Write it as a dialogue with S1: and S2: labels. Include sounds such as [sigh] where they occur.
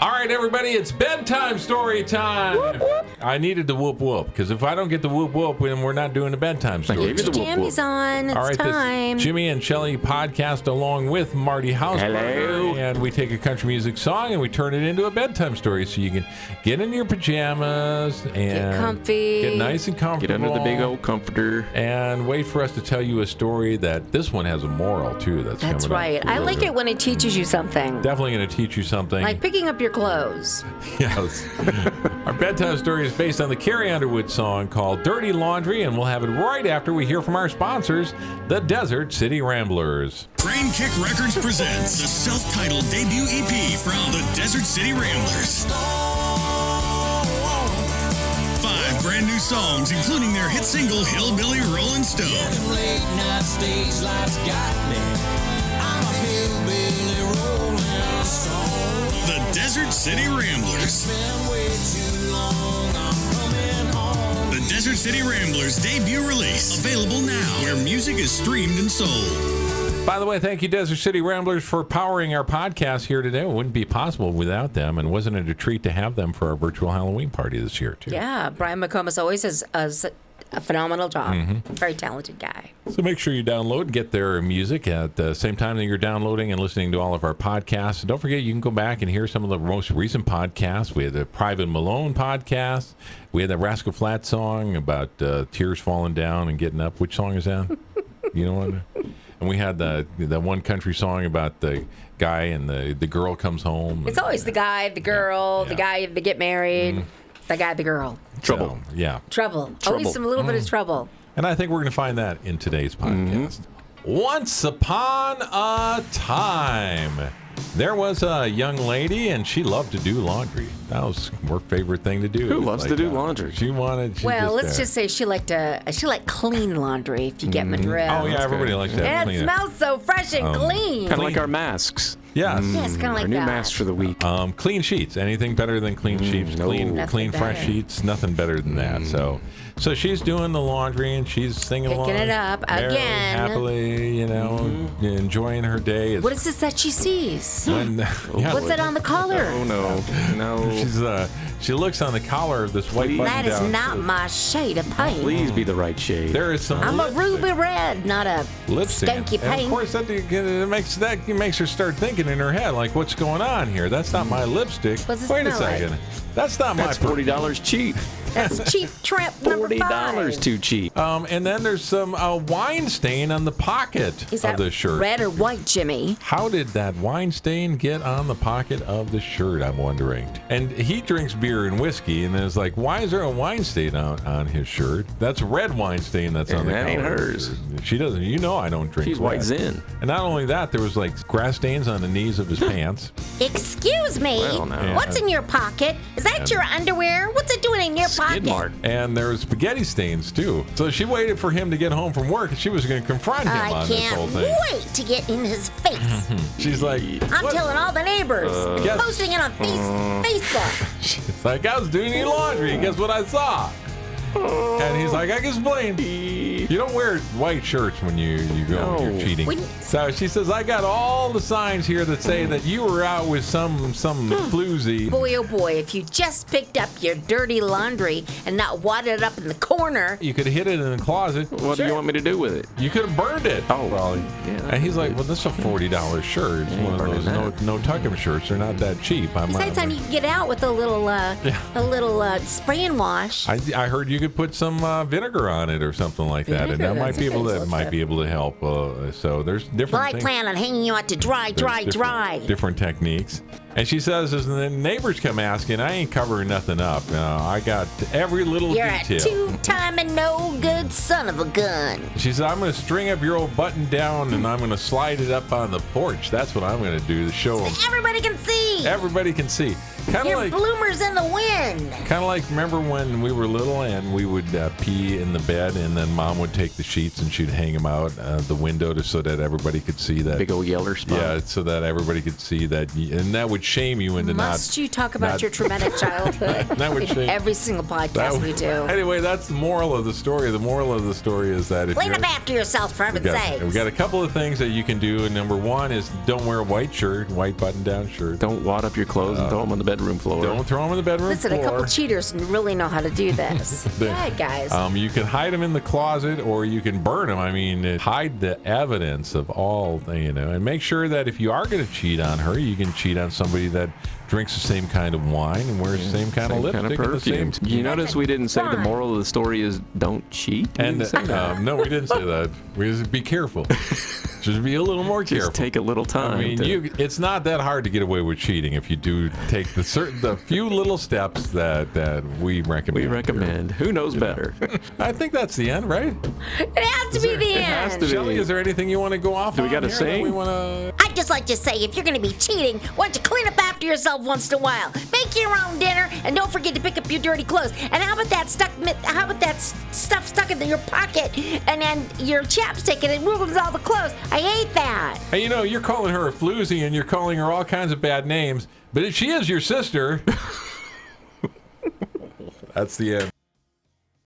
S1: All right, everybody, it's bedtime story time. I needed the whoop whoop because if I don't get the whoop whoop, then we're not doing the bedtime
S2: I
S1: story.
S2: gave you the whoop whoop.
S3: Jammies on. It's
S1: All right,
S3: time.
S1: this Jimmy and Shelly podcast along with Marty Hello.
S2: Hello.
S1: and we take a country music song and we turn it into a bedtime story, so you can get in your pajamas and
S3: comfy.
S1: get nice and
S2: Get
S1: comfortable,
S2: under the big old comforter.
S1: and wait for us to tell you a story that this one has a moral too. That's
S3: That's
S1: coming up.
S3: right. I like it when it teaches you something.
S1: Definitely going to teach you something.
S3: Like picking up your clothes.
S1: Yes. [laughs] Our bedtime story is based on the Carrie Underwood song called Dirty Laundry, and we'll have it right after we hear from our sponsors, the Desert City Ramblers.
S4: Brain Kick Records presents the self-titled debut EP from the Desert City Ramblers. Five brand new songs, including their hit single "Hillbilly Rolling Stone."
S5: Late night stage lights got me. I'm a hillbilly rolling stone.
S4: The Desert City Ramblers.
S5: Been way too long. I'm coming home.
S4: The Desert City Ramblers debut release. Available now where music is streamed and sold.
S1: By the way, thank you, Desert City Ramblers, for powering our podcast here today. It wouldn't be possible without them, and wasn't it a treat to have them for our virtual Halloween party this year, too?
S3: Yeah. Brian McComas always has a, s- a phenomenal job. Very talented guy.
S1: So make sure you download, get their music at the same time that you're downloading and listening to all of our podcasts. And don't forget, you can go back and hear some of the most recent podcasts. We had the Private Malone podcast. We had that Rascal Flat song about uh, tears falling down and getting up. Which song is that? [laughs] you know what? And we had the that one country song about the guy and the the girl comes home.
S3: It's always the guy, the girl, the
S1: yeah.
S3: guy that get married, the guy, the girl.
S2: Trouble.
S1: So, yeah.
S3: Mm-hmm. Trouble. Mm.
S2: Trouble.
S3: Always some little bit of trouble.
S1: And I think we're going to find that in today's podcast. Once upon a time, there was a young lady and she loved to do laundry. That was her favorite thing to do.
S2: Who loves to do laundry?
S1: She wanted. She
S3: Well, let's
S1: uh,
S3: just say she liked to she liked clean laundry. If you get my drift.
S1: Oh yeah, everybody
S2: good.
S1: likes that.
S3: And it smells so fresh and clean.
S2: Kind of like our masks.
S1: Yes.
S2: Mm.
S3: Yes, kind of like
S2: Our new
S3: that.
S2: masks for the week.
S1: Um, clean sheets. Anything better than clean sheets?
S2: Mm, no. Mm.
S1: Clean,
S2: Nothing
S1: clean fresh
S3: better.
S1: sheets. Nothing better than that. So, so she's doing the laundry and she's singing
S3: Picking
S1: along,
S3: it up
S1: merrily,
S3: again.
S1: happily. You know,
S2: Mm-hmm.
S1: enjoying her day. It's
S3: What is this that she
S2: [laughs]
S3: sees?
S1: when, [laughs] yeah,
S3: What's that on the collar?
S2: Oh no, no.
S1: She's uh, she looks on the collar of this white
S2: Please.
S1: button
S3: That is
S1: down.
S3: not my shade of paint.
S2: Please be the right shade.
S1: There is some.
S3: I'm a
S1: lip-
S3: ruby red, not a
S1: lipstick.
S3: stinky
S1: And of
S3: paint.
S1: course, [laughs] that it makes that makes her start thinking in her head, like, "What's going on here? That's not my lipstick.
S3: What's it
S1: Wait a
S3: smell like?
S1: second, that's not
S2: That's
S1: my." per-
S2: forty dollars cheap.
S3: That's cheap tramp number
S2: Forty dollars
S3: five.
S2: too cheap.
S1: Um, and then there's some uh, wine stain on the pocket
S3: Is
S1: of
S3: that
S1: the shirt.
S3: red or white, Jimmy?
S1: How did that wine stain get on the pocket of the shirt? I'm wondering. And he drinks beer and whiskey, and then it's like, why is there a wine stain on, on his shirt? That's red wine stain that's on
S2: And
S1: the
S2: that ain't
S1: collar of his
S2: hers.
S1: shirt. She doesn't. You know, I don't drink.
S2: She's
S1: red.
S2: white zen.
S1: And not only that, there was like grass stains on the knees
S2: [laughs]
S1: of his pants.
S3: Excuse me.
S2: Well, now.
S3: What's in your pocket? Is that your underwear? What's it doing in your
S2: Skid
S3: pocket?
S2: mark.
S1: And there was spaghetti stains too. So she waited for him to get home from work, and she was going to confront him
S3: I
S1: on this whole
S3: can't
S1: thing.
S3: wait to get in
S1: [laughs]
S3: his face.
S1: She's like,
S3: I'm
S1: "What?" Uh,
S3: telling all the neighbors.
S1: Yes. Uh.
S3: posting it on
S1: [laughs]
S3: face- Facebook.
S1: She's like, I was doing your laundry. Guess what I saw? And he's like, I can explain. You don't wear white shirts when you, you go when
S2: No.
S1: you're cheating.
S3: When-
S1: so she says, I got all the signs here that say that you were out with some some floozy.
S3: Boy, oh boy, if you just picked up your dirty laundry and not wadded it up in the corner,
S1: You could have hid it in the closet.
S2: What do you want me to do with it?
S1: You could have burned it.
S2: Oh,
S1: probably.
S2: yeah.
S1: and he's like, Well, this is a forty dollar shirt. It's
S2: ain't
S1: one of
S2: burning
S1: those no
S2: that.
S1: no tuck 'em shirts. They're not that cheap. I might.
S3: Besides, time you can get out with a little, uh, a little uh, spray and wash.
S1: I, I heard you could put some uh, vinegar on it or something like that, and that
S3: Vinegar,
S1: might
S3: that's
S1: be
S3: a
S1: able
S3: good
S1: to might
S3: solution.
S1: be able to help. Uh, so there's different.
S3: But I
S1: things.
S3: plan on hanging you out to dry,
S1: There's
S3: dry,
S1: different-
S3: dry.
S1: Different techniques. And she says, as the neighbors come asking, I ain't covering nothing up. Uh, I got every little
S3: You're a
S1: detail.
S3: two-time and no good son of a gun.
S1: She said, I'm going to string up your old button down and I'm going to slide it up on the porch. That's what I'm going to do to show them.
S3: Everybody can see.
S1: Everybody can see. Kind of
S3: You're
S1: like
S3: bloomers in the wind.
S1: Kind of like remember when we were little and we would uh, pee in the bed, and then mom would take the sheets and she'd hang them out uh, the window to, so that everybody could see that.
S2: Big old yeller spot.
S1: yeah, so that everybody could see that, y- and that would shame you into
S3: Must
S1: not.
S3: you talk about
S1: not-
S3: your traumatic childhood?
S1: [laughs] That would
S3: in [laughs]
S1: shame.
S3: every single
S1: that
S3: podcast
S1: would-
S3: we
S1: [laughs]
S3: do.
S1: Anyway, that's the moral of the story. The moral of the story is that if
S3: Clean
S1: you're,
S3: up after yourself, for
S1: we
S3: heaven's
S1: got,
S3: sake.
S1: we got a couple of things that you can do. And number one is don't wear a white shirt, white button-down shirt.
S2: Don't wad up your clothes and throw them on the bedroom floor.
S1: Uh, Don't throw them in the bedroom
S3: Listen,
S1: floor.
S3: a couple cheaters really know how to do this.
S1: [laughs] They-
S3: yeah, guys.
S1: Um, you can hide them in the closet or you can burn them. I mean, uh, hide the evidence of all, you know, and make sure that if you are going to cheat on her, you can cheat on somebody that drinks the same kind of wine and wears the same kind of
S2: Same kind
S1: lipstick
S2: of
S1: and the
S2: perfume.
S1: same.
S2: You notice we didn't say the
S3: Fine.
S2: moral of the story is don't cheat. We
S1: And
S2: didn't say that.
S1: um, no, we didn't say that. We just be
S2: [laughs]
S1: careful. Just be a little more careful.
S2: just take a little time.
S1: I mean,
S2: to-
S1: you, it's not that hard to get away with cheating if you do take the certain, the few little steps that, that we recommend.
S2: we recommend. Who knows better?
S1: I think that's the end, right?
S3: it
S1: [laughs]
S3: has to be the
S2: has
S3: end.
S2: to be-
S1: Shelly, is there anything you want to go off
S2: Do we
S1: on
S2: gotta
S1: here that
S2: sing?
S1: We want to.
S3: I'd just like to say if you're going to be cheating, why don't you clean up after yourself once in a while? Make your own dinner and don't forget to pick up your dirty clothes. And how about that stuck? mi- How about that s- stuff stuck in your pocket and then your chapstick and it ruins all the clothes? I hate that.
S1: Hey, you know, you're calling her a floozy and you're calling her all kinds of
S2: [laughs]
S1: bad names, but if she is your sister. That's the end.